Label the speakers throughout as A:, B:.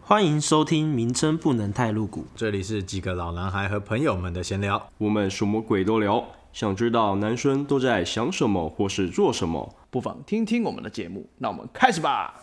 A: 欢迎收听，名称不能太露骨。
B: 这里是几个老男孩和朋友们的闲聊，
C: 我们什么鬼都聊，想知道男生都在想什么或是做什么。
D: 不妨听听我们的节目。那我们开始吧。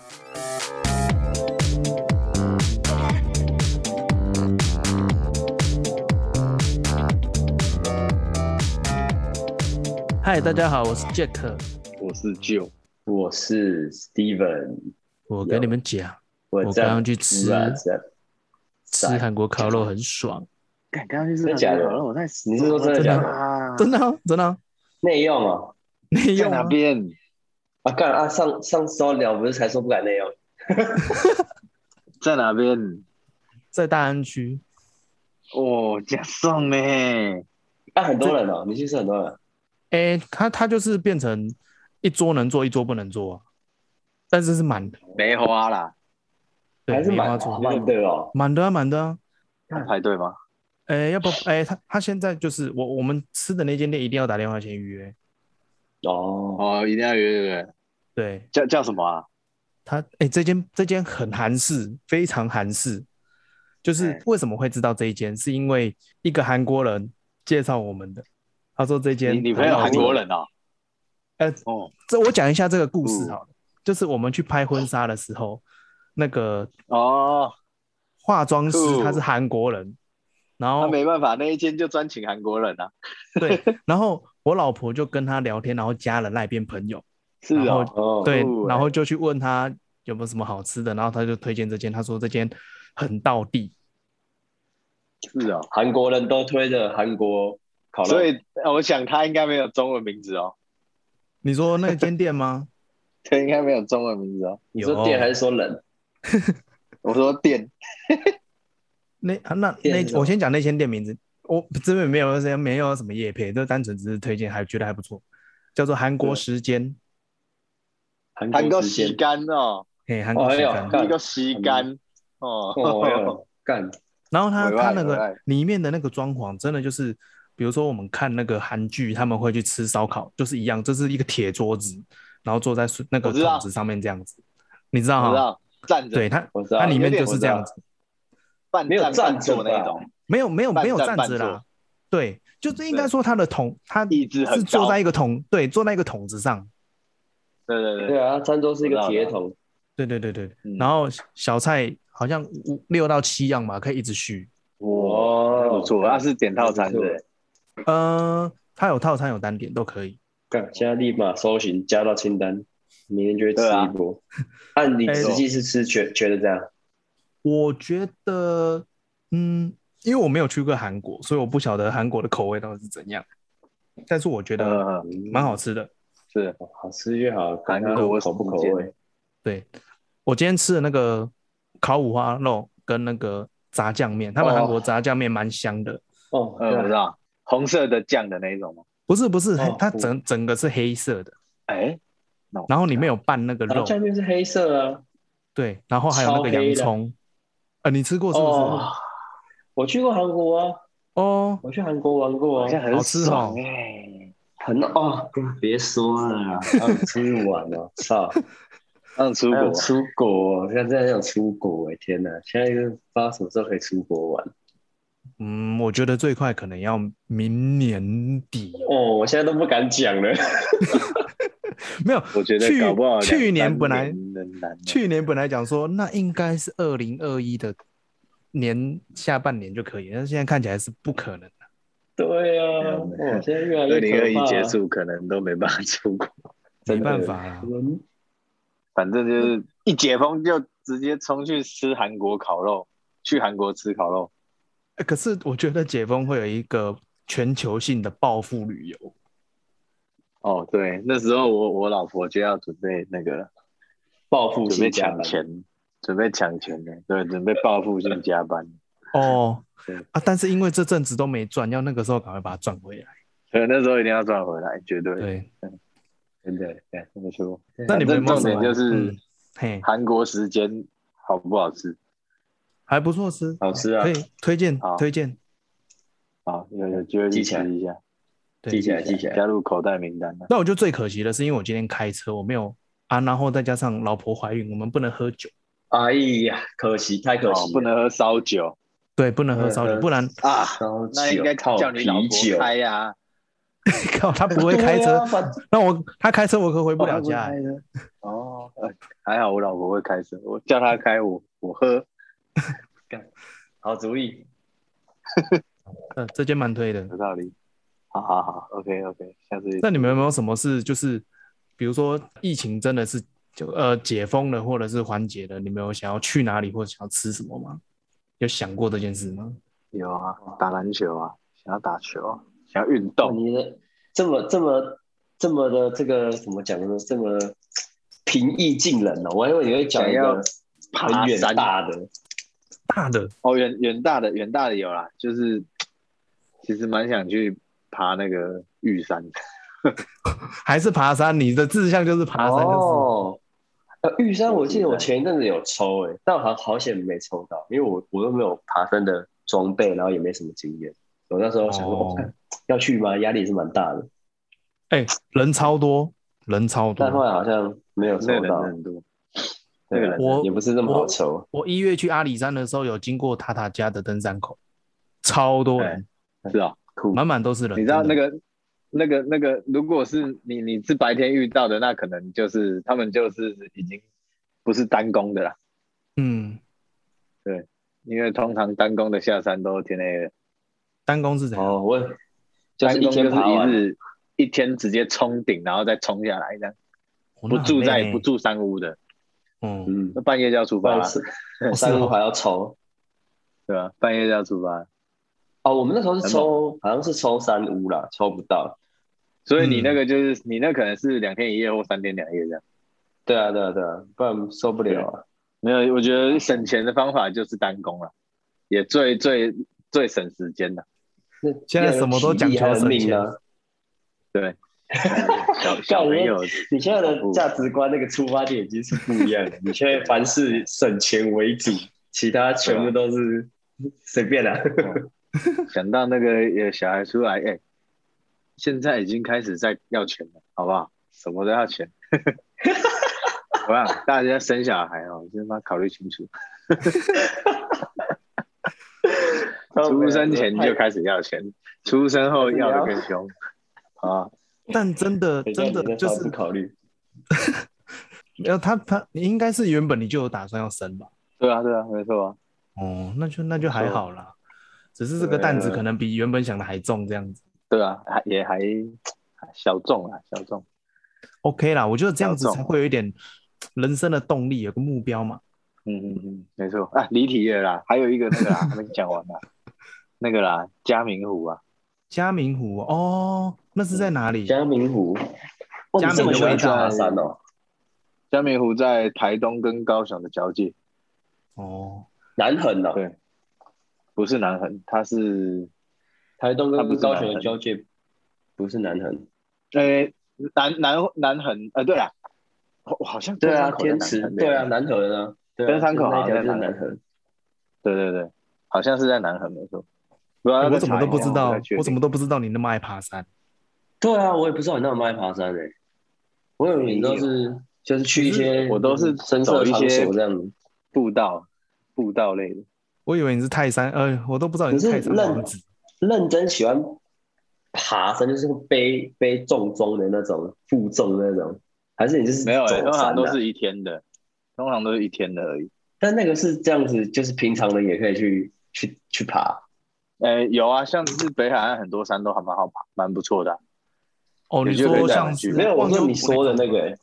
D: 嗨，大家好，我是 Jack。
E: 我是 Joe，我是 Steven，
D: 我跟你们讲，
E: 我
D: 我
E: 在
D: 刚刚去吃
E: 啊在
D: 吃韩国烤肉很爽，
F: 干刚刚就是
E: 真的假的
F: 那个我在
E: 你是说真的
D: 假的
F: 啊
D: 真的啊、真的啊、
E: 内用哦。
D: 没
F: 在
D: 有
F: 哪
D: 啊，
F: 边？
E: 啊，干啊！上上周聊不是才说不敢内用？
F: 在哪边？
D: 在大安区，
F: 哦，假送呢？
E: 啊，很多人哦，你去是很多人。
D: 哎、他他就是变成一桌能坐，一桌不能坐啊，但是是满的，
F: 梅花啦，
D: 对
E: 还是
D: 梅
E: 蛮
D: 花座，
E: 蛮的哦。
D: 满的啊，满的啊。
F: 要排队吗？
D: 哎、要不哎、他他现在就是我我们吃的那间店一定要打电话先预约。
E: 哦，
F: 哦，一定要约对不对？
D: 对
F: 叫叫什么啊？
D: 他哎、这间这间很韩式，非常韩式。就是
E: 哎
D: 为什么会知道这一间，是因为一个韩国人介绍我们的。他说这间
F: 你女朋友
D: 很好
F: 韩
D: 吃
F: 国人哦？
D: 呃
F: 哦
D: 这我讲一下这个故
F: 嗯
D: 事好了，就是我们去拍婚纱的时候，那个
F: 哦，
D: 化妆师
F: 酷
D: 他是韩国人，然
F: 那
D: 后
F: 嗯没办法，那一间就专请韩国人啊。
D: 对，然后我老婆就跟他聊天，然后加了那边朋友，
F: 是
D: 然后
F: 哦，
E: 哦，
D: 对
F: 酷，欸
D: 然后就去问他有没有什么好吃的，然后他就推荐这间，他说这间很道地，
F: 是哦，
E: 韩国人都推着韩国烤肉，
F: 所以呃我想他应该没有中文名字哦，
D: 你说那间店吗？
F: 他应该没有中文名字哦。
E: 你
D: 有
E: 说店还是说人？
F: 我说店
D: 那啊那
E: 店是
D: 那
E: 什么
D: 我先讲那间店名字，我这边没有没有什么业配，就单纯只是推荐，还觉得还不错，叫做韩国
E: 对
D: 时间，
E: 韩
F: 韩
E: 国
F: 国
E: 时
F: 洗
E: 间。
F: 干哦，
D: 嘿，韩
E: 哦
D: 国时
E: 哎呦
D: 间。
E: 干
F: 一个洗干
E: 哦，哎
F: 哦，
E: 呦干，
D: 然后它
F: 委
D: 它
F: 外
D: 那
F: 委
D: 个
F: 外
D: 里面的那个装潢，真的就是，比如说我们看那个韩剧，他们会去吃烧烤，就是一样，这是一个铁桌子，然后坐在水那个
F: 我知道
D: 桶子上面这样子，你知道
F: 我
D: 哈？
F: 知道， 站着
D: 对，它
E: 我知道
D: 它里面
F: 有点
D: 就是这样
E: 我
D: 子，
F: 半
E: 没有
F: 站
E: 站
F: 半
E: 着
F: 坐那
E: 吧
F: 种。
D: 没有没有
F: 半
D: 没有
F: 站
D: 站
F: 半
D: 着啦
F: 坐，
D: 对，就是应该
F: 对
D: 说它的桶，它
F: 椅子很
D: 是坐
F: 高
D: 在一个桶，对，坐在一个桶子上，
F: 对对
E: 对
F: 对，
E: 啊，餐桌是一个铁桶，
D: 对对对对，
F: 嗯
D: 然后小菜好像五六到七样吧，可以一直续，
E: 哇
F: 不错，那是点套餐
E: 不错
F: 的，
D: 呃，它有套餐有单点都可以。
E: 干，现在立马搜寻加到清单，明天就会吃
F: 对啊
E: 一波。按你
D: 哎
E: 实际是吃，觉觉得这样，
D: 我觉得，嗯，因为我没有去过韩国，所以我不晓得韩国的口味到底是怎样。但是我觉得
F: 嗯，
D: 蛮好吃的。
F: 是
E: 好吃就好，看
F: 韩
E: 它
F: 国
E: 口不口
F: 时
E: 味
F: 间。
D: 对，我今天吃的那个烤五花肉跟那个炸酱面，他们
E: 哦
D: 韩国炸酱面蛮香的。
E: 哦，
F: 嗯，我知道，红色的酱的那一种吗？
D: 不是不是，
E: 哦
D: 它
E: 不
D: 整整个是黑色的，
F: 哎，那我
D: 然后里面有拌那个
E: 然
D: 肉
E: 后，下面是黑色啊。
D: 对，然后还有那个
E: 超黑
D: 洋
E: 的
D: 葱。呃，你吃过是不
E: 哦
D: 是？，
E: 我去过韩国啊，
D: 哦，
E: 我去韩国玩过
F: 好
E: 啊，
F: 像很
D: 好吃
F: 爽
D: 哦
F: 哎，
E: 很哦，别说了啦，还有出去玩哦，操，
F: 让出
E: 还
F: 国
E: 有出国哦，现在很想出国哎，天哪，现在就不知道什么时候可以出国玩。
D: 嗯，我觉得最快可能要明年底。
E: 哦，我现在都不敢讲了。
D: 没有，
F: 我觉得
D: 去
F: 搞不好两
D: 去年
F: 三
D: 本来
F: 年很难啊
D: 去年本来讲说那应该是二零二一的年下半年就可以，但是现在看起来是不可能的。
E: 对啊，
F: 嗯
E: 我现在越来
F: 二
E: 越
F: 零二一
E: 可怕啊
F: 结，束可能都没办法出 国，
D: 没
E: 真的
D: 办法啊啦，
E: 嗯
F: 反正就是一解封就直接冲去吃韩国烤肉，去韩国吃烤肉。
D: 呃可是我觉得解封会有一个全球性的报复旅游，
F: 哦，对，那时候我我老婆就要准备那个
E: 报复啊
F: 准
E: 性
F: 备
E: 加
F: 抢
E: 班。
F: 钱，准备抢钱的，对，准备报复性加班。
D: 哦
F: 对
D: 啊，但是因为这阵子都没赚，要那个时候赶快把它赚回来。
F: 所以那时候一定要赚回来，绝对。
D: 对，
F: 真的，对，这么说。
D: 那你们有没有
F: 重
D: 什
F: 点
D: 么？
F: 就是
D: 嗯嘿，
F: 韩国时间好不好吃？
D: 还不错吃，
E: 好吃啊
D: 可，以推荐
F: 好
D: 推荐。
F: 好，有有机会去
E: 记起来
F: 吃一下，
D: 对
E: 记起来，记起来。
F: 加入口袋名单了。
D: 那我就最可惜的是，因为我今天开车，我没有啊，然后再加上老婆怀孕，我们不能喝酒。
E: 哎呀，可惜，太可惜
F: 哦
E: 了，
F: 不能喝烧酒
D: 对，不能喝烧酒，不然
F: 啊。
E: 烧 酒。
F: 那应该
E: 靠
F: 叫你老
E: 啤酒
F: 婆，开呀、
D: 靠他不会开
E: 对
D: 车
E: 啊，反
D: 那我他开车我可回不了家、欸。
F: 哦，呃还好我老婆会开车，我叫她开我我喝。
E: 好主意，
D: 嗯，这间蛮推的。
F: 有道理。好好好，OK OK，下次
D: 那你们有没有什么事，就是比如说疫情真的是就呃解封了，或者是缓解了，你们有想要去哪里或者想要吃什么吗？有想过这件事吗？
F: 有啊，打篮球啊，想要打球啊，想要运
E: 哦，
F: 动，
E: 你的这么这么这么的这个怎么讲呢？这么平易近人哦，我还以为你会讲一个很
F: 爬
E: 远
F: 山
E: 大的，
D: 大的
F: 哦，远远大的远大的有啦，就是其实蛮想去爬那个玉山的。
D: 还是爬山？你的志向就是爬山，就是
E: 哦，呃，玉山，我记得我前一阵子有抽诶、但我好好险没抽到，因为我我又没有爬山的装备，然后也没什么经验。我那时候想说，
D: 哦
E: 我看要去吗？压力是蛮大的，
D: 哎、人超多，人超
E: 但后
D: 多。
E: 来好像没有抽
F: 那个人
E: 到，
F: 很多，那
E: 对
F: 个人
D: 我
E: 也不是那么好抽。
D: 我一月去阿里山的时候，有经过塔塔家的登山口，超多人，
F: 是啊、
E: 酷
D: 满满都是人。
F: 你知道
D: 真的
F: 那个那个那个，如果是你你是白天遇到的，那可能就是他们就是已经不是单工的啦，
D: 嗯，
F: 因为通常单工的下山都天黑了，
D: 单工是怎样？
E: 哦，我就
F: 单
E: 是一
F: 工就
E: 天
F: 是
E: 爬
F: 一
E: 完，
F: 日一天直接冲顶，然后再冲下来这样。
D: 我
F: 不住在不
D: 住，
F: 住山屋的，
D: 嗯，
E: 嗯，
F: 那半夜就要出发
E: 但
F: 了，
E: 是
D: 哦是
E: 三五
D: 哦
E: 还要抽。
F: 对吧？半夜就要出发了，
E: 哦，我们那时候是抽，好像是抽三屋啦，抽不到。
F: 所以你
D: 嗯
F: 那个就是、你那可能是两天一夜或三天两夜这样。
E: 对啊，对啊，对啊，不然受不了啊。
F: 没有，我觉得省钱的方法就是单工了，也最最最省时间 了。
E: 那
D: 现在什么都讲求
E: 要有体
D: 省
E: 力还有
D: 钱
E: 命啊。
F: 小小朋友，
E: 你现在的
D: 嗯
E: 价值观那个出发点已经是不一样的，你现在凡事省钱为主，其他全部都是随便啦、
D: 哦
F: 想到那个有小孩出来，哎、现在已经开始在要钱了，好不好？什么都要钱， 好不好？大家生小孩哦，先把考虑清楚，出生前就开始要钱，出生后要的更凶啊！
D: 但真 的真的就
E: 不
D: 是，
E: 考虑。
D: 呃，他他你应该是原本你就有打算要生吧？
F: 对啊，对啊，没错啊，
D: 哦，那就那就还好啦，只是这个担子可能比原本想的还重，这样子
F: 对啊，还也还小众啊，小众。
D: OK 啦。我觉得这样子
F: 要重
D: 才会有一点人生的动力，有个目标嘛。
F: 嗯嗯嗯，没错啊，离题了啦，还有一个那个啦，还没讲完啦，那个啦，嘉明湖啊，
D: 嘉明湖哦，那是在哪里？
E: 嘉明湖，哇，
D: 嘉
E: 你
D: 明
E: 这么喜欢
D: 味道
E: 爬山哦？
F: 嘉明湖在台东跟高雄的交界，
D: 哦，
E: 南横哦，
F: 对不是南横，它是
E: 台东
F: 它不
E: 跟
F: 是
E: 高雄
F: 南
E: 的
F: 横
E: 交界不是南横，
F: 呃、南南南横，呃对啦，我好像
E: 对啊，
F: 登山口在
E: 天
F: 南
E: 池
F: 横，
E: 对啊，，南横啊，对啊
F: 登山口
E: 就是那
F: 好像在南
E: 条就是南
F: 横
E: 横，
F: 对对对，好像是在南横没错，不
D: 哎
F: 然
D: 我怎么都不知道，我怎
F: 么
D: 么都不知道你那么爱爬山。
E: 对啊，我也不知道你那么爱爬山诶、我以为你都是就是去一些，
F: 我都是
E: 深
F: 走
E: 色
F: 一
E: 场
F: 些
E: 所这样子。
F: 步道步道类的，
D: 我以为你是泰山，呃，我都不知道你
E: 可是
D: 泰山
E: 那
D: 王子。
E: 认真喜欢爬山，就是背背重装的那种负重的那种，还是你就是
F: 没有、欸，
E: 走山
F: 通常都
E: 啊
F: 是一天的，通常都是一天的而已。
E: 但那个是这样子，就是平常人也可以去去去爬。
F: 呃，有啊，像是北海岸很多山都还蛮好爬，蛮不错的啊、
D: 哦，
F: 也
D: 你
F: 就可以
D: 说
F: 带
D: 像
F: 你去
D: 是
E: 没有，我
D: 忘忧
E: 说
D: 谷
E: 你说的那个、欸，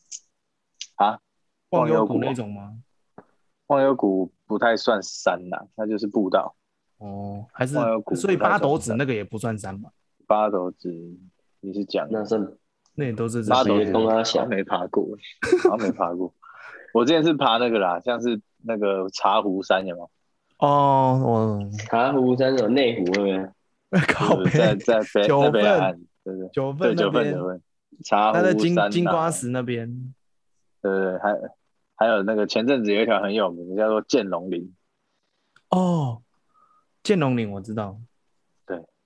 D: 忘忧
F: 忘忧
D: 谷
F: 谷啊
D: 那种吗？
F: 忘忧谷不太算山呐、它就是步道。
D: 哦，还是
F: 忘忧谷
D: 所以
F: 不太
D: 八
F: 算
D: 斗子
F: 山
D: 那个也不算山吧？
F: 八斗子，你是讲
E: 那算
D: 那也都是
F: 八斗
E: 斗
D: 人
F: 子
E: 子东啊
F: 好像没爬过，好像没爬过。我之前是爬那个啦，像是那个茶壶山，有没有？
D: 哦，我
E: 茶壶山有内湖那边，
D: 靠
F: 就是在
D: 背
F: 在北
D: 九
F: 在
D: 份
F: 北海岸，对对
D: 九份
F: 对，
D: 那
F: 九份
D: 边
F: 九，份茶壶
D: 他
F: 山、
D: 在
F: 啊、
D: 金金瓜，石那边。
F: 对对对，还还有那个前阵子有一条很有名的叫做剑龙岭，
D: 哦，剑龙岭我知道，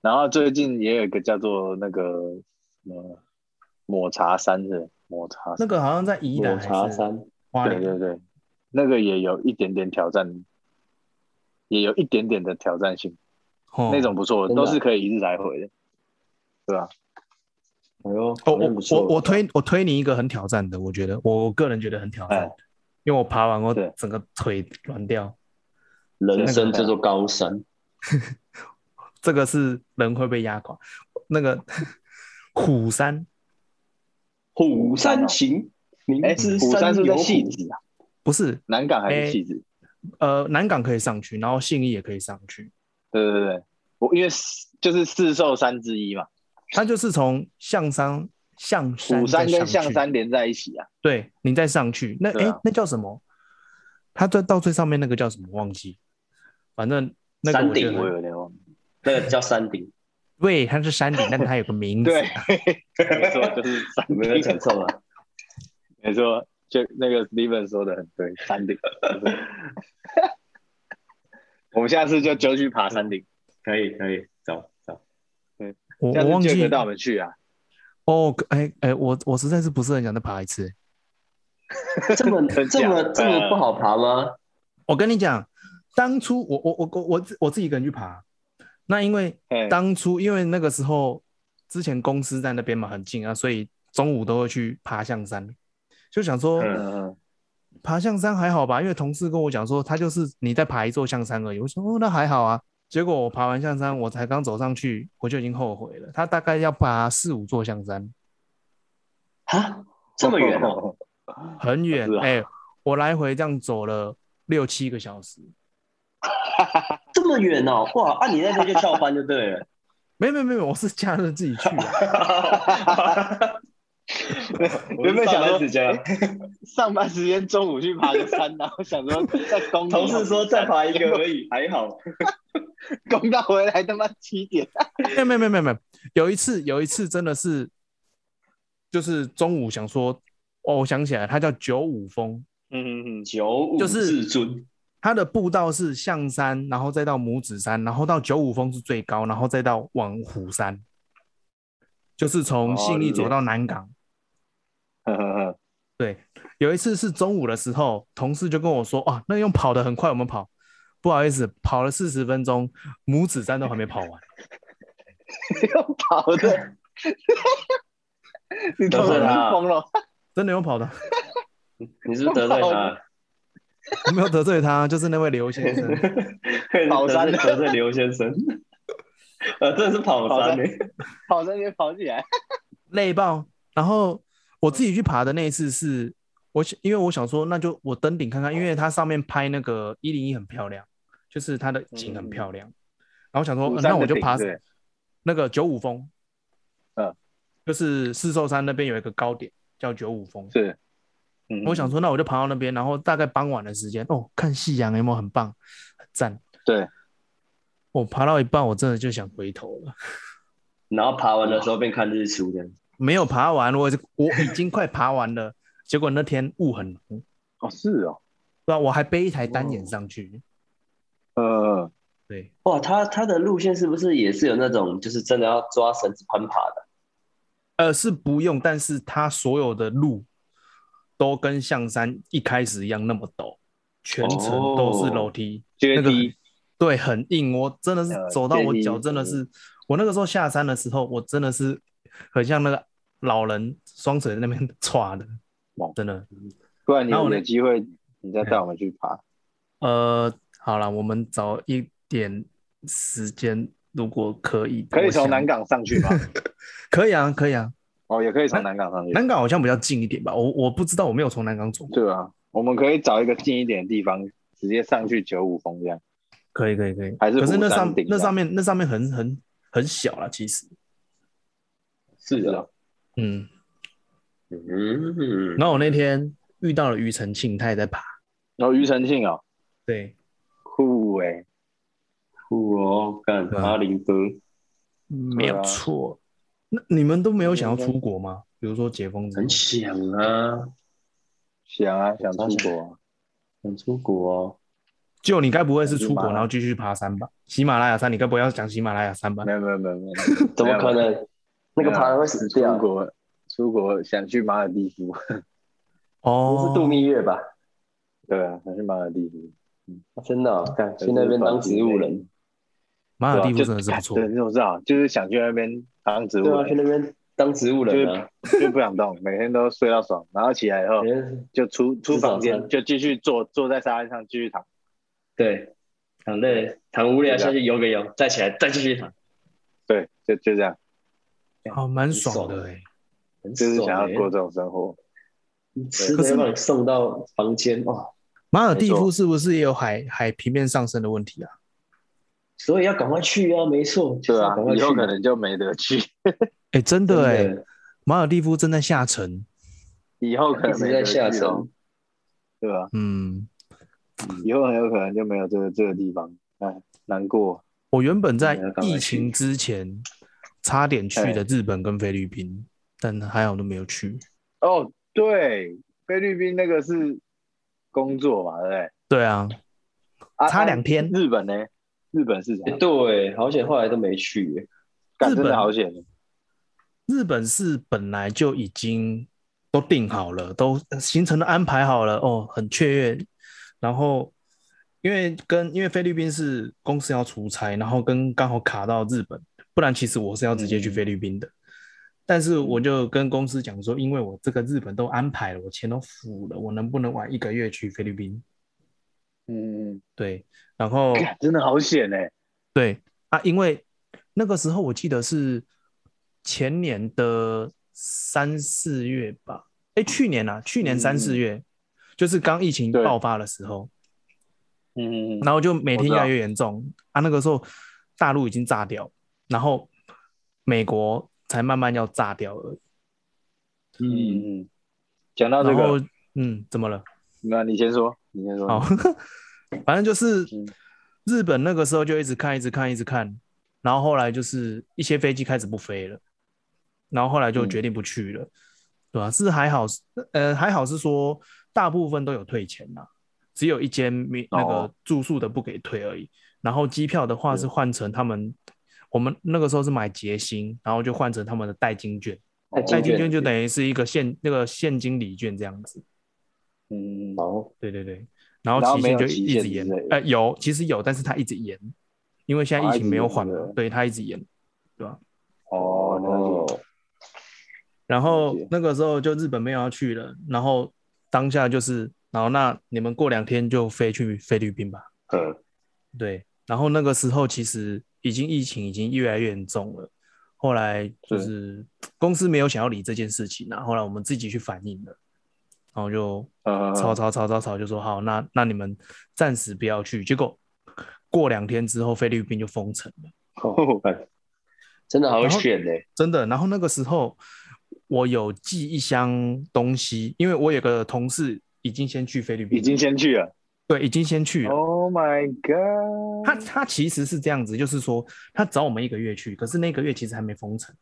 F: 然后最近也有一个叫做那个什么抹茶山是不是抹茶山
D: 那个好像在宜
E: 抹
D: 兰
E: 茶
D: 还是
E: 山，
D: 花
F: 对
D: 莲
F: 对对，那个也有一点点挑战，也有一点点的挑战性，
D: 哦
F: 那种不错，
E: 真的啊
F: 都是可以一日来回的，对吧？
E: 哎呦，
D: 哦，
E: 好像
D: 我
E: 不错
D: 我我推我推你一个很挑战的，我觉得我我个人觉得很挑战
F: 哎，
D: 因为我爬完我
F: 对
D: 整个腿软掉，
E: 人生这座高山，
D: 这个是人会被压垮。那个虎山
E: 虎山行，明
F: 哎，
E: 知
F: 虎山是不是
E: 有
F: 在戏
E: 虎，
F: 子啊？
D: 不是
F: 南港还
D: 哎
F: 是戏子？
D: 呃南港可以上去，然后信义也可以上去，
F: 对对对，我因为四就是四兽山之一嘛，
D: 它就是从象山象山
F: 虎山
D: 再上
F: 跟象
D: 去
F: 山连在一起啊。
D: 对你再上去，那哎、
F: 对啊
D: 那叫什么？它最到最上面那个叫什么？忘记，反正那个
E: 山
D: 我觉
E: 顶
D: 得
F: 我
D: 很
F: 有点忘了。
E: 那个叫山顶，
D: 对，它是山顶，但它有个名字。
F: 对， 没错，就是山
E: 有没有讲
F: 顶。
E: 错啊？
F: 没错，就那个 Steven 说的很对，山 顶。就是我们下次就就去爬山顶，
E: 可以可以，走走，
D: 我
F: 下
D: 我忘
F: 次就
D: 记
F: 可以带我们去啊。
D: 哦，哎哎，我我实在是不是很想再爬一次。
E: 这 么
F: 真假
E: 这么这么不好爬吗？
D: 我跟你讲，当初我我我我我自我自己一个人去爬，那因为
F: 嘿
D: 当初因为那个时候之前公司在那边嘛很近啊，所以中午都会去爬象山，就想说
F: 嗯嗯，
D: 爬象山还好吧，因为同事跟我讲说，他就是你在爬一座象山而已。我说哦，那还好啊。结果我爬完象山，我才刚走上去，我就已经后悔了。他大概要爬四五座象山，
E: 啊，这么远哦，
D: 很远
F: 是。啊
D: 哎、我来回这样走了六七个小时。
E: 这么远哦，哇！啊，你那天就翘班就对了，
D: 没有没有没有，我是假日自己去啊的、
F: 原本想说
E: 我是上班时间啊
F: 上班时间中午去爬个山，然后想说在公里
E: 同事说再爬一个而已，还好。
F: 公到回来他妈七点，
D: 没有没有没有没有没有，有一次有一次真的是，就是中午想说，哦，我想起来，它叫九五峰，
F: 嗯嗯嗯，
E: 九五
D: 就是
E: 至 尊，
D: 它的步道是象山，然后再到拇指山，然后到九五峰是最高，然后再到往虎山，就是从信义走到南港。
E: 嗯
F: 呵呵呵，
D: 对，有一次是中午的时候，同事就跟我说：“啊，那用跑的很快，我们跑，不好意思，跑了四十分钟，拇指山都还没跑完。
F: 又跑 的，你同
E: 啊
F: 事疯了，
D: 真的有 跑的，
E: 你是不是得罪他？
D: 我没有得罪他，就是那位刘先生。
F: 跑山
E: 得罪得罪刘先 生，呃，真的是跑山欸
F: 跑山也跑起来，
D: 累爆。然后我自己去爬的那一次是，我想因为我想说，那就我登顶看看，因为它上面拍那个一零一很漂亮，就是它的景很漂亮。然后想说，
F: 虎
D: 呃
F: 山
D: 那我
F: 的
D: 就
F: 顶
D: 爬
F: 对
D: 那个九五峰，
F: 嗯，
D: 就是四兽山那边有一个高点叫九五峰。
F: 是，嗯
D: 我想说，那我就爬到那边，然后大概傍晚的时间，哦，看夕阳有没有很棒，很赞。
F: 对，
D: 我爬到一半，我真的就想回头了，
E: 然后爬完的时候便看日出这样。
D: 没有爬完，我我已经快爬完了，结果那天雾很浓，
F: 哦是哦，
D: 对啊，我还背一台单眼上去。
F: 呃，
D: 对，
E: 哇，他他的路线是不是也是有那种就是真的要抓绳子攀爬的？
D: 呃，是不用，但是它所有的路都跟象山一开始一样那么陡，全程都是楼梯，
F: 哦阶
D: 那个
F: 梯
D: 很对，很硬。我真的是
F: 呃
D: 走到我
F: 阶梯
D: 脚真的是，我那个时候下山的时候，我真的是很像那个老人双腿在那边 歘的
F: 哇，
D: 真的。
F: 不然你
D: 然后哎
F: 有
D: 呢
F: 有机会，你再带我们去爬。
D: 呃，好了，我们找一点时间，如果可以，
F: 可以
D: 我
F: 从
D: 想
F: 南，港上去 吗？
D: 可以啊，可以啊。
F: 哦，也可以从南港上去。
D: 南港好像比较近一点吧，我我不知道，我没有从南港走过。
F: 对啊，我们可以找一个近一点的地方，直接上去九五峰这样。
D: 可以可以可以，
F: 还是
D: 可是那
F: 虎
D: 上
F: 山顶啊
D: 那
F: 这样
D: 上面那上面很很很小了，其实，
E: 是啊，
D: 嗯。
E: 嗯，
D: 然后我那天遇到了庾澄庆，他也在爬，
F: 然后庾澄庆哦，
D: 对，
F: 酷哎、
E: 酷哦，干
D: 对啊
E: 阿林哥，
F: 嗯
D: 没
F: 啊
D: 有错。那你们都没有想要出国吗？比如说解封之后
E: 很，想啊，
F: 想啊，想出国、啊。
E: 想出国哦。
D: 就你该不会是
F: 喜
D: 出
F: 马
D: 国
F: 拉
D: 然后继续爬山吧？喜马拉雅山，你该不会要讲喜马拉雅山吧
F: 啊没？有没有没有没有，
E: 怎么可能？那个爬的会死
F: 没有？
E: 掉
F: 出，国出国想去马尔地夫，
E: 不
D: 哦，
E: 是度蜜月吧？
F: 对啊，还是马尔蒂夫，
E: 真的、哦，看去那边当植物人，
D: 马尔
F: 对啊
D: 蒂夫
F: 就
D: 真的是不错
F: 对，，这我知道，就是想去那边当植物
E: 对啊，去
F: 人，
E: 那边当植物人啊，
F: 就就不想动，每天都睡到爽，然后起来以后
E: 感觉
F: 就出出
E: 吃早
F: 房间，
E: 餐
F: 就继续坐坐在沙滩上继续躺。
E: 对，躺累躺无聊
F: 啊
E: 下去游个泳，再起来再继续躺，
F: 对，就就这样，
D: 哦，蛮
E: 很
D: 爽
E: 爽
D: 的
E: 欸
D: 哎。
E: 很
F: 就是想要
E: 爽欸
F: 过这种生活。
E: 吃
D: 可是
E: 的把你送到房间哦，
D: 马尔蒂
F: 没
D: 夫
F: 错
D: 是不是也有海海平面上升的问题啊？
E: 所以要赶快去啊，没错，就
F: 对
E: 是
F: 啊
E: 要赶，快
F: 以
E: 去
F: 后可能就没得去，
D: 哎，真
E: 真
D: 的
E: 的
D: 哎，马尔蒂夫正在下沉，
F: 以后可
E: 一
F: 能
E: 直
F: 没
E: 在
F: 得
E: 下
F: 去
E: 沉，
F: 哦，对吧？
D: 嗯，
F: 以后很有可能就没有这个这个地方，哎，难过。
D: 我原本在
E: 嗯要赶快
D: 疫情
E: 去
D: 之前差点去
F: 哎
D: 的日本跟菲律宾，但还好都没有去。
F: 哦，对，菲律宾那个是工作嘛，对不对？
D: 对啊，
F: 啊
D: 差两天
F: 啊日本呢？日本是啥
E: 哎？对，好险后来都没去欸耶，
F: 干
D: 日
F: 真
D: 本
F: 的好险，
D: 日本是本来就已经都定好了，都行程都安排好了，哦，很雀跃。然后因为跟因为菲律宾是公司要出差，然后跟刚好卡到日本，不然其实我是要直接去菲律宾的。但是我就跟公司讲说，因为我这个日本都安排了，我钱都付了，我能不能晚一个月去菲律宾？
F: 嗯，嗯
D: 对，然后
F: 嗯干真的好险呢。
D: 对啊，因为那个时候我记得是前年的三四月吧，哎，去年啊，去年三四
F: 嗯
D: 月，就是刚疫情
F: 对
D: 爆发的时候，
F: 嗯，嗯嗯
D: 然后就每
F: 我
D: 天越
F: 知
D: 来
F: 道
D: 越严重啊，那个时候大陆已经炸掉，然后美国才慢慢要炸掉而已，
F: 嗯嗯，讲到这
D: 然后
F: 个，
D: 嗯，怎么了？
F: 那你先说，你先说。
D: 好，哦 反正就是
F: 嗯
D: 日本那个时候就一直看，一直看，一直看，然后后来就是一些飞机开始不飞了，然后后来就决定不去了，对吧、是还好，呃，还好是说大部分都有退钱啦，只有一间没那个
F: 哦
D: 住宿的不给退而已。然后机票的话是换成他们，我们那个时候是买结薪，然后就换成他们的代金券，
E: 太
D: 代金
E: 经典
D: 券
E: 了
D: 就等于是一个现那个现金礼券这样子。
F: 嗯，嗯嗯
E: 哦，
D: 对对对，然后
F: 然后
D: 期
F: 没
D: 限
F: 有
D: 就
F: 期
D: 一
F: 限
D: 直
F: 之
D: 延
F: 类，的
D: 呃，有其实有，但是它一直延，因为现在
F: 哦
D: 疫
F: 它一
D: 情
F: 直
D: 没有
F: 延
D: 缓
F: 对
D: 嘛，对，它一直延，对吧？
F: 哦，了解。
D: 然后
F: 解
D: 那个时候就日本没有要去了，然后当下就是，然后那你们过两天就飞去菲律宾吧，
E: 嗯，
D: 对。然后那个时候其实已经疫情已经越来越严重了，后来就是公司没有想要理这件事情啊，然后后来我们自己去反映了，然后就
F: 嗯，嗯
D: 吵吵吵吵吵，就说好，那那你们暂时不要去。结果过两天之后，菲律宾就封城了，
E: 哦真的好险欸呢，
D: 真的。然后那个时候我有寄一箱东西，因为我有个同事已经先去菲律宾，
F: 已经先去了。
D: 对，已经先去了。
F: Oh my
D: 他
F: god！
D: 他其实是这样子，就是说他找我们一个月去，可是那个月其实还没封城。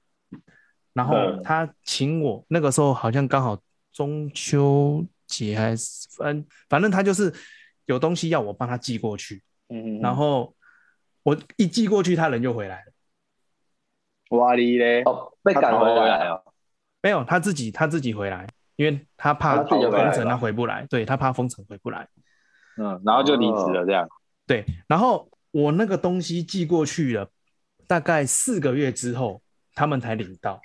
D: 然后
E: 嗯
D: 他请我，那个时候好像刚好中秋节还是反反正他就是有东西要我帮他寄过去，
F: 嗯，嗯嗯
D: 然后我一寄过去，他人就回来了。
F: 哇哩嘞，
E: 哦，被
F: 他
E: 赶
F: 逃
E: 回
F: 回
E: 来
F: 来
E: 哦，
F: 哦。
D: 没有，他自己他自己回来，因为他怕
E: 他自
D: 封
E: 己就回来了
D: 城他回不来，对他怕封城回不来。
F: 嗯，然后就离职了这样。
D: 对，然后我那个东西寄过去了，大概四个月之后，他们才领到，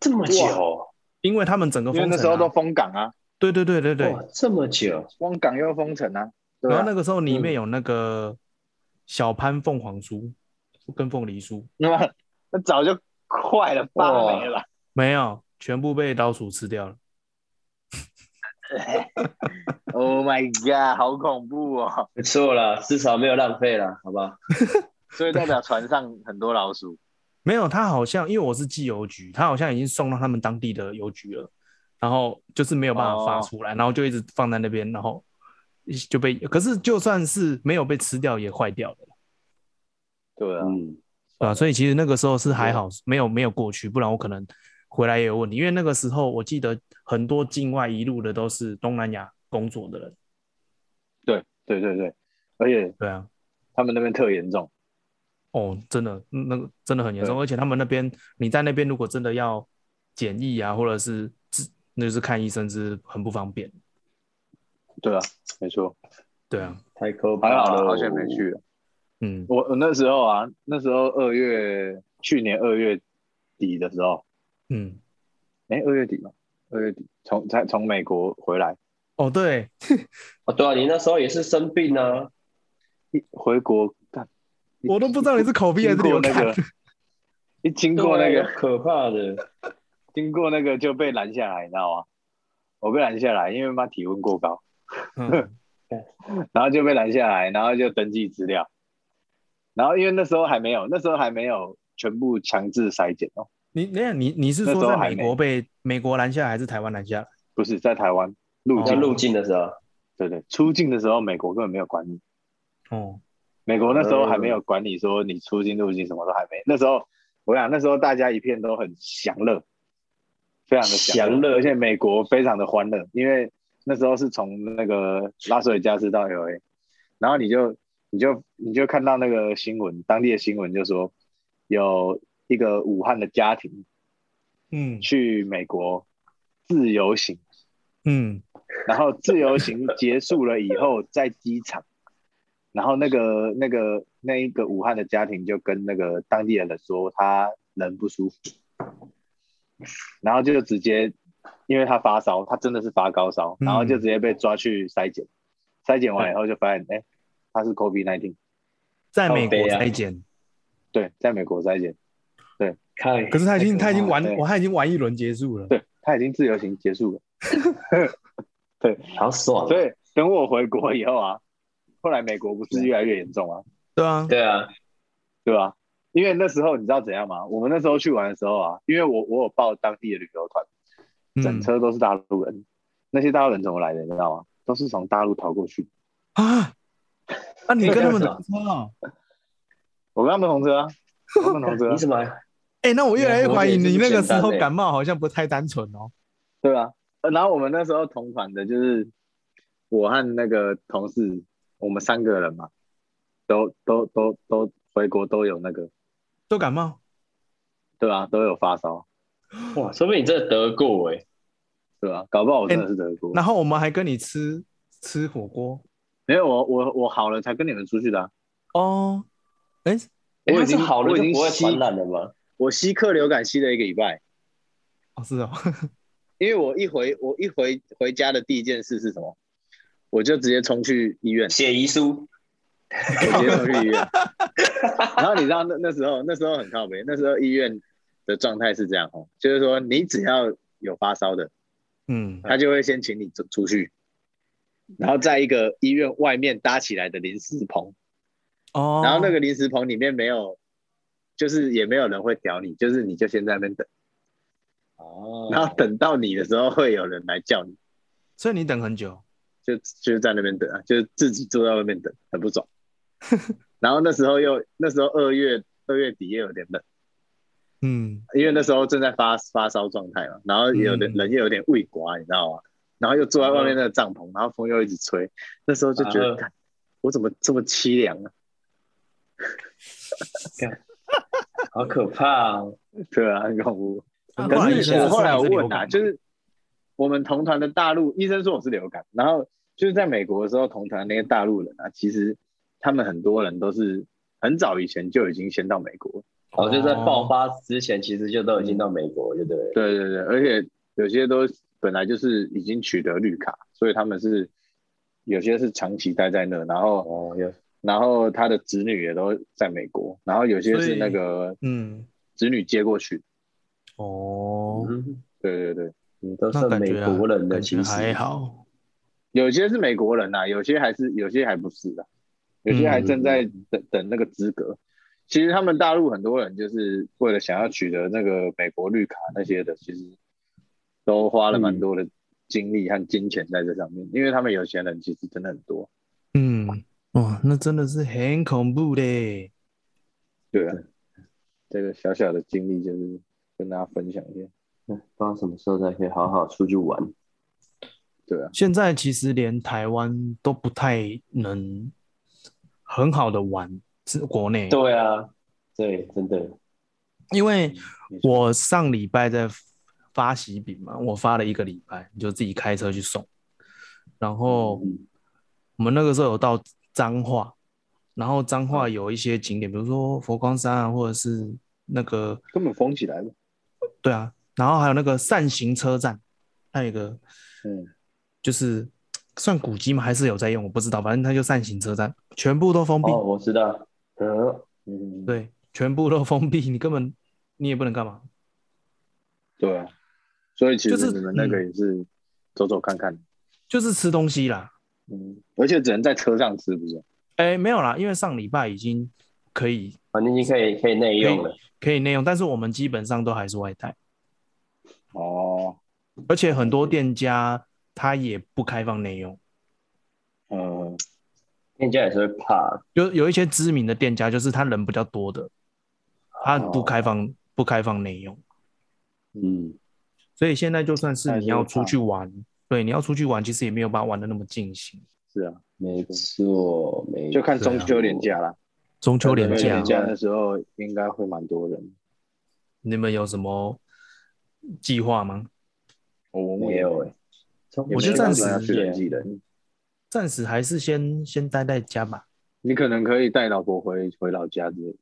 E: 这么久，
D: 因为他们整个
F: 因
D: 封城、啊，
F: 为那时候都封港啊，
D: 对对对对对。
E: 哇，这么久，
F: 封港又封城啊。对
D: 然后
F: 啊
D: 那，个时候里面有那个小潘凤凰酥跟凤梨酥，
F: 那么那早就坏了，发霉了吧。
D: 没有，全部被老鼠吃掉了。
F: Oh my god！好恐怖哦。
E: 不错啦，至少没有浪费啦，好吧？
F: 所以代表船上很多老鼠。
D: 没有，他好像因为我是寄邮局，他好像已经送到他们当地的邮局了，然后就是没有办法发出来，然后就一直放在那边，然后就被，可是就算是没有被吃掉，也坏掉了，
F: 对啊，
E: 嗯，
D: 对吧、所以其实那个时候是还好，没有没有过去，不然我可能回来也有问题，因为那个时候我记得很多境外一路的都是东南亚工作的人，
F: 对对对对，而且
D: 对啊，
F: 他们那边特严重。
D: 哦，真的，嗯那个真的很严重，而且他们那边你在那边如果真的要检疫啊，或者是治那就是看医生是很不方便。
F: 对啊，没错，
D: 对啊，
E: 太可怕
F: 还
E: 了，
F: 好好险没去。
D: 嗯，
F: 我我那时候啊，那时候二月，去年二月底的时候，
D: 嗯，
F: 哎，二月底吧，二月底从才从美国回来，
D: 哦，对，
E: 哦。对啊，你那时候也是生病啊，
F: 一回国干，
D: 我都不知道你是口鼻还是
F: 经
D: 流
F: 过那
D: 感
F: 个。，一经过那
E: 对啊
F: 个，
E: 可怕的，
F: 经
E: 啊
F: 过那个就被拦下来，你知道吗？我被拦下来，因为妈体温过高，
D: 嗯
F: 然后就被拦下来，然后就登记资料，然后因为那时候还没有，那时候还没有全部强制筛检哦，
D: 你那样，你你是
F: 那
D: 说
F: 时候
D: 在
F: 还
D: 美
F: 没
D: 国被美国拦下来，还是台湾拦下来？
F: 不是在台湾入
E: 哦要
F: 境，
E: 入境的时候，
F: 对对，出境的时候美国根本没有管你，
D: 哦，
F: 美国那时候还
E: 呃
F: 没有管你说你出境入境什么都还没，那时候我想那时候大家一片都很享乐，非常的
E: 享乐
F: 而且美国非常的欢乐，因为那时候是从那个拉斯维加斯到 L A，然后你就你就你就看到那个新闻，当地的新闻就说有一个武汉的家庭
D: 嗯
F: 去美国自由行，
D: 嗯，
F: 然后自由行结束了以后，在机场，然后那个那个那一个武汉的家庭就跟那个当地的人说他人不舒服，然后就直接因为他发烧，他真的是发高烧，
D: 嗯
F: 然后就直接被抓去筛检，筛检完以后就发现，哎、他是 COVID 1 9
D: 在美国
E: 靠北啊
D: 筛检，
F: 对，在美国筛检，
E: 看
D: 可是他已经
F: 太可
D: 他
F: 怕
D: 已经玩
F: 了哦对
D: 我他已经玩一轮结束了。
F: 对他已经自由行结束了。
E: 好爽，啊
F: 所以等我回国以后啊，后来美国不是越来越严重吗？
D: 对啊，
E: 对啊，
F: 对吧、因为那时候你知道怎样吗？我们那时候去玩的时候啊，因为我我有报当地的旅游团，整
D: 嗯
F: 车都是大陆人。那些大陆人怎么来的，你知道吗？都是从大陆逃过去。
D: 啊，那你跟他们怎
E: 这个
D: 么说啊？
F: 我跟他们同车啊，我跟他们同车、啊
E: 你，怎么
D: 哎，那我越来越怀疑
E: 美
D: 你
E: 国也是不
D: 那个
E: 简
D: 时
E: 单
D: 候
E: 欸
D: 感冒好像不太单纯哦。
F: 对吧、呃然后我们那时候同团的就是我和那个同事，我们三个人嘛，都都都都回国都有那个，
D: 都感冒，
F: 对吧、都有发烧，
E: 哇？说不定你真的得过哎、
F: 对吧、搞不好我真的是德国，
D: 然后我们还跟你吃吃火锅
F: 没有我我我好了才跟你们出去的、啊。
D: 哦。哎，
E: 欸，
F: 我已
E: 他是
F: 经
E: 好了
F: 我已
E: 就
F: 经
E: 不会
F: 吸
E: 传染了吗？，
F: 我吸客流感吸了一个礼拜，
D: 哦是哦，
F: 因为我一回我一回回家的第一件事是什么？我就直接冲去医院
E: 写遗书，
F: 我直接冲去医院。 然后你知道那那时候那时候很靠北，那时候医院的状态是这样哦，就是说你只要有发烧的，
D: 嗯，
F: 他就会先请你出出去，然后在一个医院外面搭起来的临时棚，
D: 哦，
F: 然后那个临时棚里面没有，就是也没有人会屌你，就是你就先在那边等，
E: 哦
F: 然后等到你的时候会有人来叫你。
D: 所以你等很久，
F: 就就是在那边等啊，就是自己坐在外面等，很不爽。然后那时候又那时候二月二月底也有点冷，
D: 嗯，
F: 因为那时候正在发发烧状态嘛，然后也有点、
D: 嗯
F: 人又有点畏寡，你知道吗？然后又坐在外面那个帐篷，然后风又一直吹，那时候就觉
E: 啊
F: 得，干我怎么这么凄凉啊？
E: 好可怕、哦！
F: 对啊，很恐怖。
D: 啊
F: 可
D: 医
F: 是
D: 生
F: 我后来
D: 说
F: 我
D: 你流
F: 问啊，
D: 感
F: 就是我们同团的大陆医生说我是流感，然后就是在美国的时候，同团那些大陆人啊，其实他们很多人都是很早以前就已经先到美国了，
E: 我就在爆
D: 哦
E: 发之前，其实就都已经到美国，就对了。
F: 对对对，而且有些都本来就是已经取得绿卡，所以他们是有些是长期待在那，然后
E: 哦，有
F: 然后他的子女也都在美国，然后有些是那个
D: 嗯，
F: 子女接过去，
D: 哦，
E: 嗯，
F: 对对对，
E: 你都
D: 那
E: 算
D: 感
E: 美
D: 觉啊
E: 国人的，
D: 感
E: 其
D: 觉
E: 实
D: 还好，
F: 有些是美国人呐、有些还是有些还不是的、有些还正在等、等那个资格。其实他们大陆很多人就是为了想要取得那个美国绿卡那些的，其实都花了蛮多的精力和金钱在这上面，因为他们有钱人其实真的很多。
D: 嗯，哇，那真的是很恐怖嘞，
F: 对啊，这个小小的经历就是跟大家分享一下。
E: 不知道什么时候才可以好好出去玩。
F: 对啊，
D: 现在其实连台湾都不太能很好的玩是国内，
E: 对啊，对，真的，
D: 因为我上礼拜在发喜饼嘛，我发了一个礼拜，就自己开车去送。然后
E: 嗯
D: 我们那个时候有到彰化，然后彰
E: 嗯
D: 化有一些景点，比如说佛光山啊，或者是那个
F: 根本封起来了。
D: 对啊，然后还有那个扇形车站，还有一个
F: 嗯，
D: 就是算古迹吗？还是有在用？我不知道，反正它就扇形车站，全部都封闭，
E: 哦，我知道，嗯，
F: 嗯，
D: 对，全部都封闭，你根本你也不能干嘛。
F: 对啊，所以其
D: 就
F: 实
D: 是
F: 你们那个也是走走看看，
D: 就是吃东西啦。
F: 嗯，而且只能在车上吃，不是？
D: 哎，没有啦，因为上礼拜已经可以
E: 啊，你已经可以可以内用了，
D: 可以内用，但是我们基本上都还是外带，
F: 哦，
D: 而且很多店家他也不开放内用，
F: 嗯，
E: 店家也是会怕，
D: 有有一些知名的店家就是他人比较多的，他不
F: 哦
D: 开放、不开放内用，
E: 嗯，
D: 所以现在就算是
F: 还是啊
D: 你要
F: 会
D: 出
F: 怕
D: 去玩，对，你要出去玩，其实也没有办法玩的那么尽兴。
F: 是啊，
E: 没错，没错，
F: 就看中秋连假啦，
D: 中秋连
F: 中秋
D: 假
F: 连，假的时候应该会蛮多人，
D: 你们有什么计划吗？
F: 哦我文
E: 没有哎、
D: 我就暂时
F: 要去人挤
E: 记得，
F: 人，
D: 暂时还是先先待在家吧。
F: 你可能可以带老婆回回老家之类的。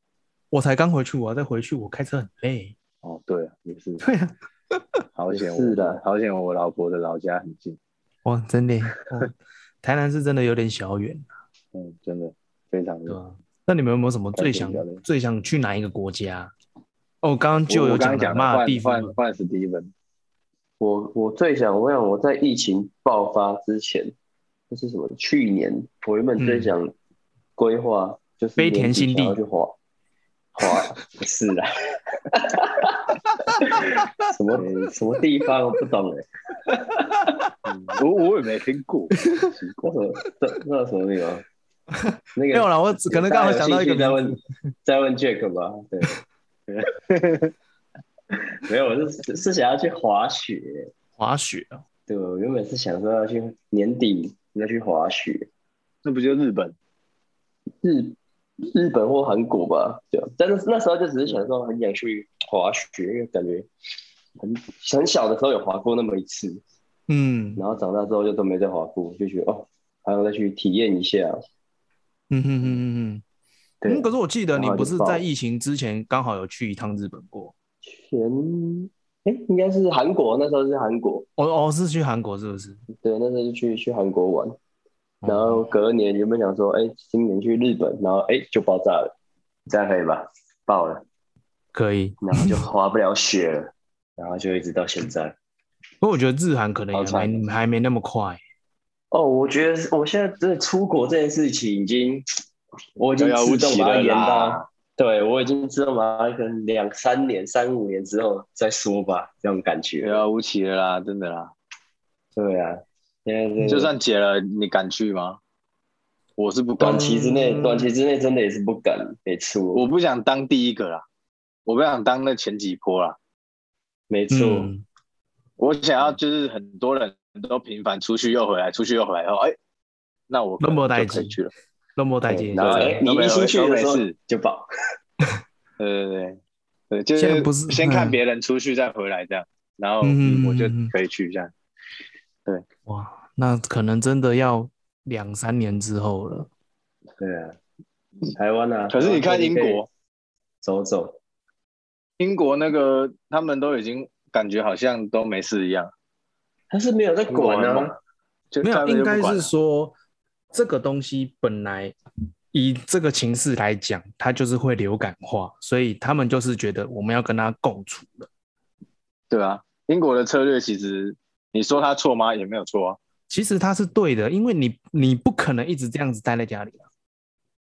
D: 我才刚回去，我要再回去，我开车很累。
F: 哦，对啊，也是，
D: 对啊，
F: 好险我，
E: 也是的
F: 好险我老婆的老家很近，
D: 哇，真的，哦台南是真的有点小远，
F: 嗯，真的非常
D: 对
F: 的。
D: 吧、那你们有没有什么最想
F: 太远了
D: 最想去哪一个国家？哦，刚刚就
F: 我
D: 有
F: 我刚刚
D: 讲
F: 讲
D: 了嘛
F: 换
D: 地方
F: 换换史蒂芬，
E: 我我最想，我想我在疫情爆发之前，这是什么？去年我原本最想规划就
D: 嗯
E: 是
D: 飞田新地
E: 年底想要去滑滑，不是啊， 什么什么地方我不懂哎，
F: 嗯我我也没听 过，奇怪
E: 那什么这那有什么地方？那
D: 没
E: 个
D: 有啦，我只可能刚好想到一个
E: 大家有
D: 名
E: 兴
D: 字
E: 趣再问 再问 Jack 吧，对。 没有，我是是想要去滑雪，
D: 滑雪啊，
E: 对，我原本是想说要去年底要去滑雪，
F: 那不就日本？
E: 日日本或韩国吧，对啊。但是那时候就只是想说很想去滑雪，因为感觉很很小的时候有滑过那么一次，
D: 嗯
E: 然后长大之后就都没再滑过，就觉得哦，还要再去体验一下。
D: 嗯哼哼哼哼。
E: 对，
D: 嗯，可是我记得你
E: 然后
D: 不
E: 就是爆
D: 在疫情之前刚好有去一趟日本过，
E: 前哎、应该是韩国，那时候是韩国，
D: 哦哦，是去韩国是不是？
E: 对，那时候就去去韩国
F: 哦
E: 玩，然后隔年原本想说，哎、今年去日本，然后哎、就爆炸了，这样可以吧？爆了，
D: 可以，
E: 然后就滑不了雪了，然后就一直到现在。
D: 不过我觉得日韩可能也
F: 好惨
D: 还没还没那么快，
E: 哦，我觉得我现在真的出国这件事情已经，我已经自动把它延到，对我已经自动把它跟两三年、三五年之后再说吧，这种感
F: 遥
E: 觉。
F: 遥无期了啦，真的啦。
E: 对啊，现在这个
F: 就算解了，你敢去吗？我是不敢
E: 短，期之内，短期之内真的也是不敢，没
F: 嗯我
E: 错，
F: 不想当第一个啦，我不想当那前几波啦，
E: 没错，
D: 嗯，
F: 我想要就是很多人都频繁出去又回来，出去又回来后，哎，那我
D: 那
F: 可能
D: 么带
F: 就可以
D: 劲
F: 去了。
D: 那么带劲，
E: 然后
F: 对
E: 哎，你
F: 都没
E: 一心去
F: 都没
E: 的时候
F: 事
E: 就爆，
F: 对对对，对，就
D: 现在
F: 是
D: 不是
F: 先看
D: 嗯
F: 别人出去再回来这样，然后
D: 嗯
F: 我就
D: 嗯嗯嗯
F: 可以去这样。
D: 哇，那可能真的要两三年之后了。
E: 对啊，台湾啊，
F: 可哦是你
E: 台湾
F: 看英
E: 可以
F: 国，
E: 走走，
F: 英国那个他们都已经感觉好像都没事一样，
E: 他是没有在管
F: 英国很
E: 啊
F: 猛，就
D: 没
F: 他
D: 有，
F: 们就
D: 应
F: 不
D: 该
F: 管啊
D: 是
F: 了
D: 说这个东西本来以这个情势来讲，它就是会流感化，所以他们就是觉得我们要跟它共处了。
F: 对啊，英国的策略其实你说他错吗？也没有错啊。
D: 其实它是对的，因为你你不可能一直这样子待在家里啊，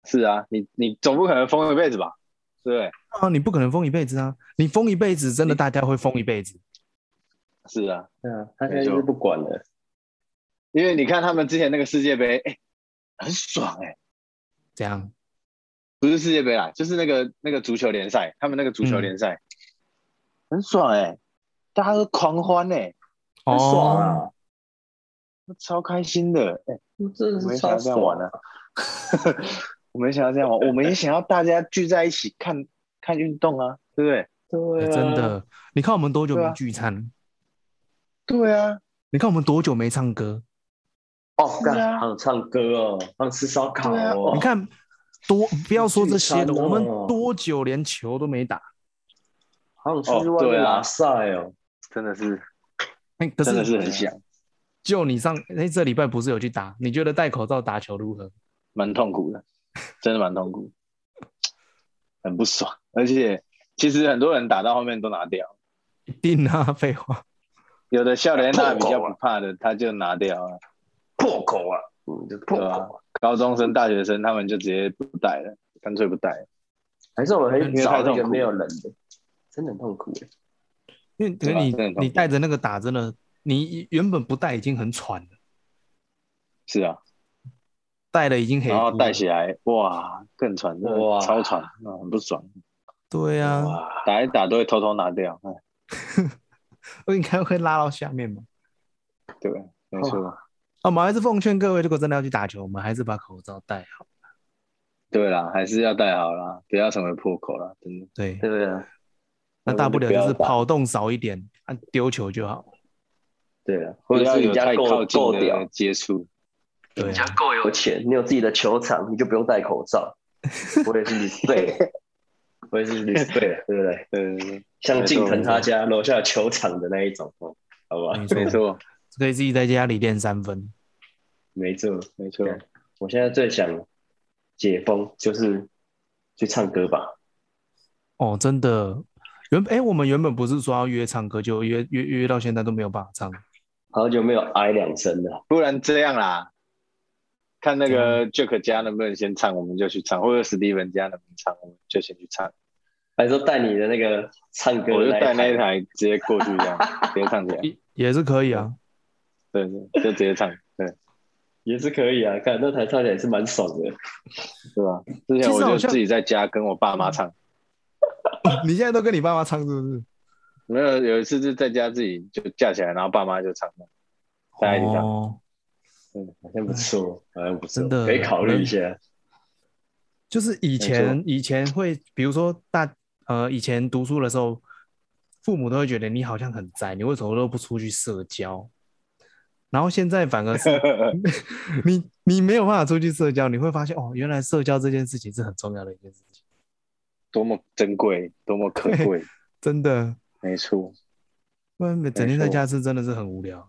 F: 是啊，你你总不可能封一辈子吧？对不对，
D: 啊，你不可能疯一辈子啊，你疯一辈子，真的大家会疯一辈子。
F: 是啊，
E: 对啊，他现在就是不管了，
F: 因为你看他们之前那个世界杯，哎、很爽哎、
D: 这样，
F: 不是世界杯啦，就是那个那个足球联赛，他们那个足球联赛、很爽哎、大家都狂欢哎、
E: 很爽
D: 哦，
E: 啊，
F: 超开心的哎、
E: 真的
F: 我
E: 是
F: 没想
E: 超
F: 要这样玩
E: 爽
F: 啊，我没想要这样玩，我们也想要大家聚在一起看看运动啊，对不对？
E: 对
D: 哎
E: 啊，
D: 真的，你看我们多久
F: 对
D: 没
F: 啊
D: 聚餐？
F: 对啊，
D: 你看我们多久没唱歌？
E: 哦，
F: 是啊
E: 干，好想唱歌哦，好想吃烧烤
F: 对啊
E: 哦。
D: 你看多不要说这些
E: 聚
D: 了，
E: 餐哦
D: 我们多久连球都没打？
E: 好想出去外
F: 哦对
E: 面
F: 啊
E: 拉赛哦。
F: 真的是
D: 哎，可
F: 真的
D: 是
F: 是很想，
D: 就你上哎这礼拜不是有去打？你觉得戴口罩打球如何？
F: 蛮痛苦的，真的蛮痛苦，很不爽。而且其实很多人打到后面都拿掉，
D: 一定啊，废话。
F: 有的笑脸那比较
E: 破口
F: 不
E: 啊
F: 怕的，他就拿掉啊了，
E: 破口啊，嗯，就破
F: 对吧、
E: 口啊。
F: 高中生、大学生他们就直接不戴了，干脆不戴了。
E: 还是我们
F: 因
E: 很
F: 为太
E: 找那
F: 痛
E: 个
F: 苦
E: 没有人的，真的很痛苦欸耶。
D: 因为可
F: 对吧啊真的
D: 是
F: 很
D: 你
F: 痛苦
D: 你带着那个打，真的你原本不带已经很喘了，
F: 是啊，
D: 带了已经很
F: 然后戴起来，哇，更喘，真的
E: 哇
F: 超喘，啊很不爽。
D: 对啊，
E: 哇，
F: 打一打都会偷偷拿掉，哎，
D: 我应该会拉到下面嘛。
F: 对，没错，
D: 啊，我们还是奉劝各位，如果真的要去打球，我们还是把口罩戴好。
F: 对啦，还是要戴好啦，不要成为破口啦，真的。
D: 对，
E: 对不啊对？
D: 那大不了
F: 不
D: 就
F: 要
D: 是
F: 打
D: 跑动少一点，啊，丢球就好。
E: 对啊，
F: 或
E: 或
F: 者
E: 者是
F: 是
E: 你
F: 有
E: 家
F: 太
E: 够
F: 靠近
E: 够屌
F: 的，接触，
D: 对
E: 你
D: 啊
E: 家，够有钱，你有自己的球场，你就不用戴口 罩。我也是 respect，我也是 respect，对不对？
F: 对对
E: 像近藤他家楼下球场的那一种，哦，好不好？
D: 没错
F: 啊对，没，错，
D: 可以自己在家里练三分。
E: 没错，
F: 没错，
E: 对我现在最想解封就是去唱歌吧。
D: 哦，真的，原哎，我们原本不是说要约唱歌，就约约约到现在都没有办法唱。
E: 好久没有挨两声了，
F: 不然这样啦，看那个 Jack 家能不能先唱，我们就去唱，或者史蒂文家能不能唱，我们就先去唱，
E: 还说带你的那个唱歌
F: 我就
E: 的
F: 带那
E: 一
F: 一
E: 台
F: 台直接过去这样，直接 唱起来，
D: 也也是可以啊，
F: 对对，就直接唱，对，
E: 也是可以啊，看那台唱起来也是蛮爽的。
F: 对吧？之
D: 其实
F: 前我
D: 好
F: 就
D: 像嗯
F: 自己在家跟我爸妈唱，
D: 你现在都跟你爸妈唱是不是？
F: 没有有一次是在家自己就架起来，然后爸妈就唱，大家一起唱，
D: 哦，
E: 好像不错，好像不错，
D: 真的
E: 可以考虑一下。
D: 就是以前以前会，比如说大呃以前读书的时候，父母都会觉得你好像很宅，你为什么都不出去社交？然后现在反而 是 你你没有办法出去社交，你会发现哦，原来社交这件事情是很重要的一件事情，
F: 多么珍贵，多么可贵，
D: 真的，
F: 没错。
D: 不然整天
F: 没
D: 在
F: 错
D: 家是真的是很无聊。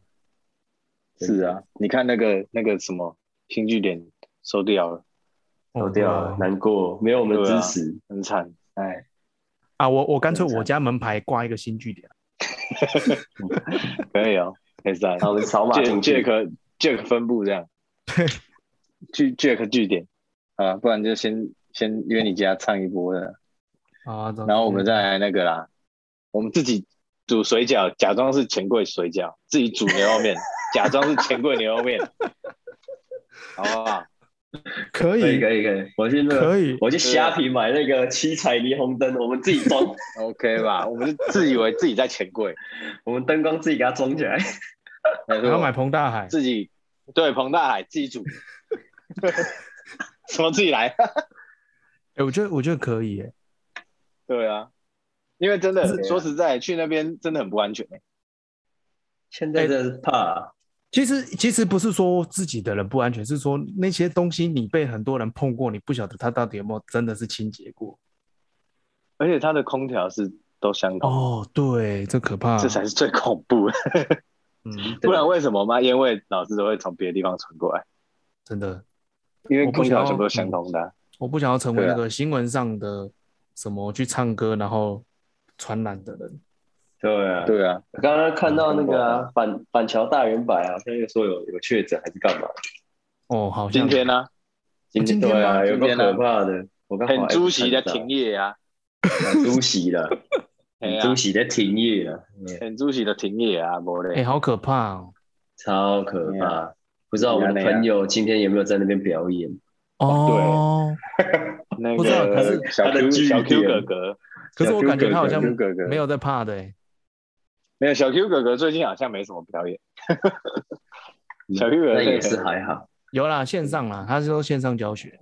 F: 是啊，你看那个那个什么新据点收掉了，
E: 走
D: 哦
E: 掉
D: 对
E: 了
D: 啊，
E: 难过，没有我们支持。
F: 很惨，哎，
D: 啊！我我干脆我家门牌挂一个新据点，
F: 可以哦，可以 啊
E: 然后我们扫码进
F: Jack
E: 去，
F: Jack Jack 分布这样，对， 去 Jack 据点啊，不然就先先约你家唱一波的，
D: 啊，这样
F: 然后我们再来那个啦，我们自己煮水饺，假装是钱柜水饺，自己煮牛肉面，假装是钱柜牛肉面，好不好？
D: 可
E: 可以
D: 以
E: 可以可以，我去那个，
D: 可以，
E: 我去
F: 啊
E: 虾皮买那个七彩霓虹灯，我们自己 装，
F: OK 吧，我们就自以为自己在钱柜，
E: 我们灯光自己给它装起来。
F: 没错
D: 然后买彭大海，
F: 自己对彭大海自 己煮，什么自己来？啊
D: 哎，我觉得我觉得可以耶，
F: 对啊，因为真的说实在，去那边真的很不安全、欸。
E: 现在真的是怕，啊
D: 其实其实不是说自己的人不安全，是说那些东西你被很多人碰过，你不晓得他到底有没有真的是清洁过。
F: 而且它的空调是都相同，
D: 哦，对，这可怕。
F: 这才是最恐怖的。
D: 嗯，
F: 不然为什么嘛？烟味老是都会从别的地方传过来，
D: 真的，
F: 因为
D: 我不
F: 空
D: 想
F: 调
D: 要
F: 全部都相同的啊、
D: 我不想要成为
F: 对
D: 那
F: 啊
D: 个新闻上的什么去唱歌然后传染的人。
E: 对啊。
F: 对啊，
E: 我刚刚看到那个啊板板桥大圆柏啊，好像又说有有确诊还是干嘛？
D: 哦，好像
F: 今天呢、
D: 哦今天
E: 对
D: 吗
E: 啊，有
F: 今
E: 个
F: 天啊
E: 可怕的，我刚好
F: 很
E: 还
F: 猪
E: 没
F: 席在
E: 看到
F: 停，业啊，
E: 很猪席 了，
F: 哎
E: 很
F: 呀、
E: 猪席在停业了，嗯
F: 很猪席的停业啊，无
D: 哎、
F: 嘞，
D: 好可怕哦。
E: 超可
F: 哎
E: 怕
F: 呀。
E: 不知道我们的
F: 哎呀
E: 朋友今天有没有在那边表演？
D: 哦，
F: 那
D: 不知道可
F: 个
D: 是
F: 小
E: 他的
F: Q
E: 据
F: 小 Q
E: 点
F: 哥哥，
D: 可是我感觉他好
F: 小
D: 像
F: Q 哥哥
D: 没有在怕的、欸。
F: 没有小 Q 哥哥最近好像没什么表演，小 Q 哥哥
E: 那也是还好，
D: 有啦，线上啦，他是说线上教学。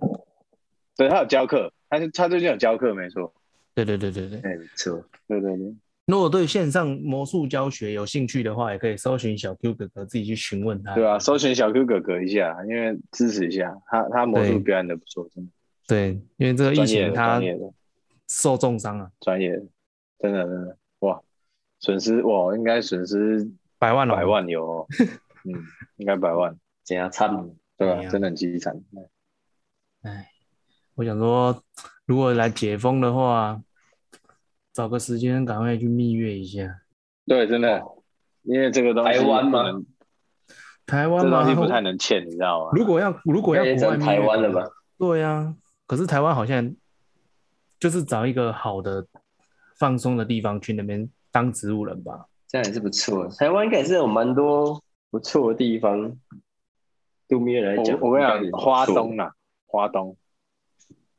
F: 对他有教课，他是他最近有教课，没错。
D: 对对对对对。
E: 哎，不错。
F: 对对对，
D: 如果对线上魔术教学有兴趣的话，也可以搜寻小 Q 哥哥自己去询问他。
F: 对啊，搜寻小 Q 哥哥一下，因为支持一下他，他魔术
D: 对
F: 表演的不错，真的
D: 对，因为这个疫
F: 专业
D: 情
F: 的
D: 他
F: 专业的
D: 受重伤啊，
F: 专业的，真的真的哇，损失哇应该损失
D: 百万了，
F: 百万 有、哦，嗯，应该百万，
E: 怎样唱？
F: 对吧、
D: 哎呀
F: 真的很凄惨，
D: 我想说，如果来解封的话，找个时间赶快去蜜月一下。
F: 对，真的，
D: 哦
F: 因为这个东西
E: 台湾吗
F: 不能
D: 台湾
F: 这
D: 嘛
F: 东西不太能欠，你知道吗？
D: 如果要如果要
E: 那也
D: 国外
E: 哎整
D: 蜜
E: 台
D: 月
E: 湾
D: 的
E: 了吧
D: 话？对呀、可是台湾好像就是找一个好的放松的地方去那边当植物人吧。
E: 这样也是不错。台湾应该也是有蛮多不错的地方。对蜜月来
D: 哦
E: 讲，
F: 哎我我跟
E: 应
F: 你
E: 该
F: 讲，
E: 也不
F: 花
E: 错
F: 东 啦，花东，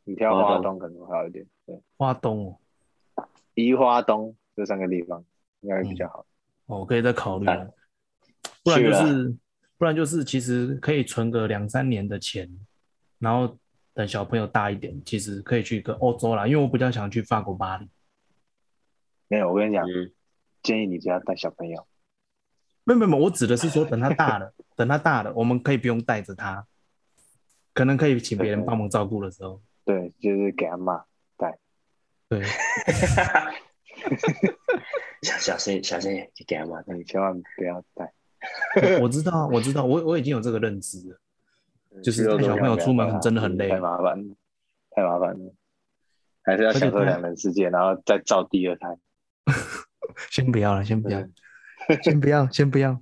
F: 你挑
E: 花
F: 花
E: 东
F: 东可能会好一点。对，
D: 花东哦
F: 宜花东这三个地方应该会比较好。
D: 哦，我可以再考虑
E: 哎，
D: 不然就
E: 去啊
D: 是不然就是其实可以存个两三年的钱，然后等小朋友大一点，其实可以去一个欧洲啦，因为我比较想去法国巴黎。
F: 没有，我跟你讲，
E: 嗯
F: 建议你不要带小朋友。
D: 没有没有没有，我指的是说，等他大了，等他大了，我们可以不用带着他，可能可以请别人帮忙照顾的时候，
F: 对，就是给他骂。
D: 对，
E: 小小心小心点，给他嘛。
F: 你千万不要带。
D: 我我知道啊，我知道，我我已经有这个认知了，
E: 嗯
D: 就是带小朋友出门真的很累
F: 太麻烦，太麻烦了。还是要享受
D: 而且他
F: 两人世界，然后再造第二胎。
D: 先不要了，先不要， 先不要，先不要。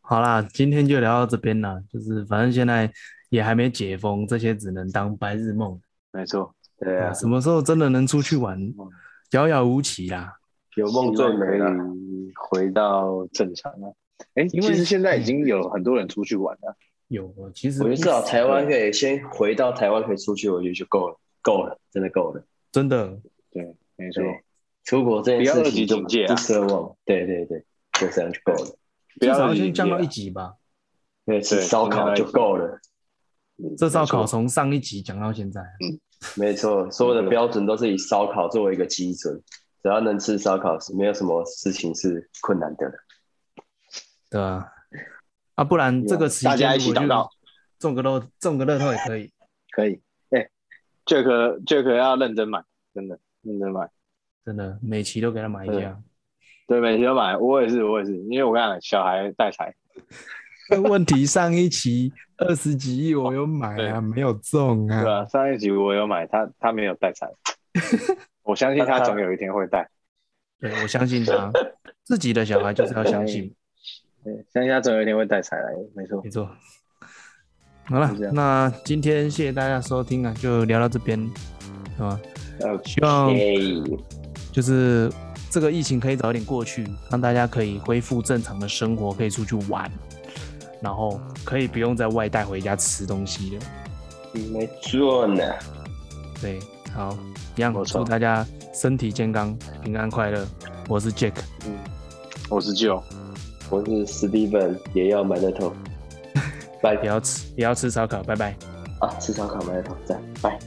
D: 好啦，今天就聊到这边啦，就是反正现在也还没解封，这些只能当白日梦。
F: 没错，对啊嗯
D: 啊，什么时候真的能出去玩，遥遥无期啦。
E: 有梦最美
F: 希
E: 了
F: 望。可以回到正常了。哎，
D: 因
F: 其
D: 为
F: 实现在已经有很多人出去玩了。
D: 有，啊其实
E: 我觉得至少台湾
D: 以
E: 可以先回到台湾，可以出去，我觉得就够了，够了，真的够了。
D: 真的
F: 对，没错，
E: 对出国这件
F: 不要
E: 事
F: 二级
E: 情就
F: 警戒啊
E: 不奢望，对对对，就这样就够了。
F: 不
D: 至
F: 要
D: 少要
F: 二级
D: 先
F: 警
D: 降
F: 戒
D: 到
F: 啊
D: 一级吧。
E: 对，吃
F: 对
E: 烧烤就够了。
D: 这烧烤从上一集讲到现在，啊
F: 嗯
E: 没错，所有的标准都是以烧烤作为一个基准，只要能吃烧烤，是没有什么事情是困难的了。
D: 对吧、啊？不然这个时间
F: 大家一起
D: 如果就
F: 祷告，
D: 中个乐中个乐透也可以。
F: 可以。哎，Jack Jack 要认真买，真的认真买。
D: 真的，每期都给他买一下。
F: 对，每天都买，我也是，我也是，因为我跟你讲，小孩带财，
D: 但问题上一期二十几亿我有买 啊，没有中
F: 对
D: 啊。
F: 吧、上一集我有买，他他没有带 财，我相信他总有一天会带，
D: 对，我相信 他，自己的小孩就是要相信，
F: 对，相信他总有一天会带财来，没错
D: 没，错。好了
F: 就这，样
D: 那今天谢谢大家收听啊，就聊到这边，好吧？
F: 呃，
D: 希望
E: 耶、
D: 就是这个疫情可以早一点过去，让大家可以恢复正常的生活，可以出去玩，然后可以不用再外带回家吃东西了。
E: 没错呢，
D: 对，好，一样
F: 没
D: 祝
F: 错
D: 大家身体健康、平安快乐。我是 Jack，
F: 我是舅，
E: 我是 Steven，也要买那头，拜
D: 也要吃也要吃烧烤，拜拜。
E: 啊，吃烧烤买那头，赞，拜。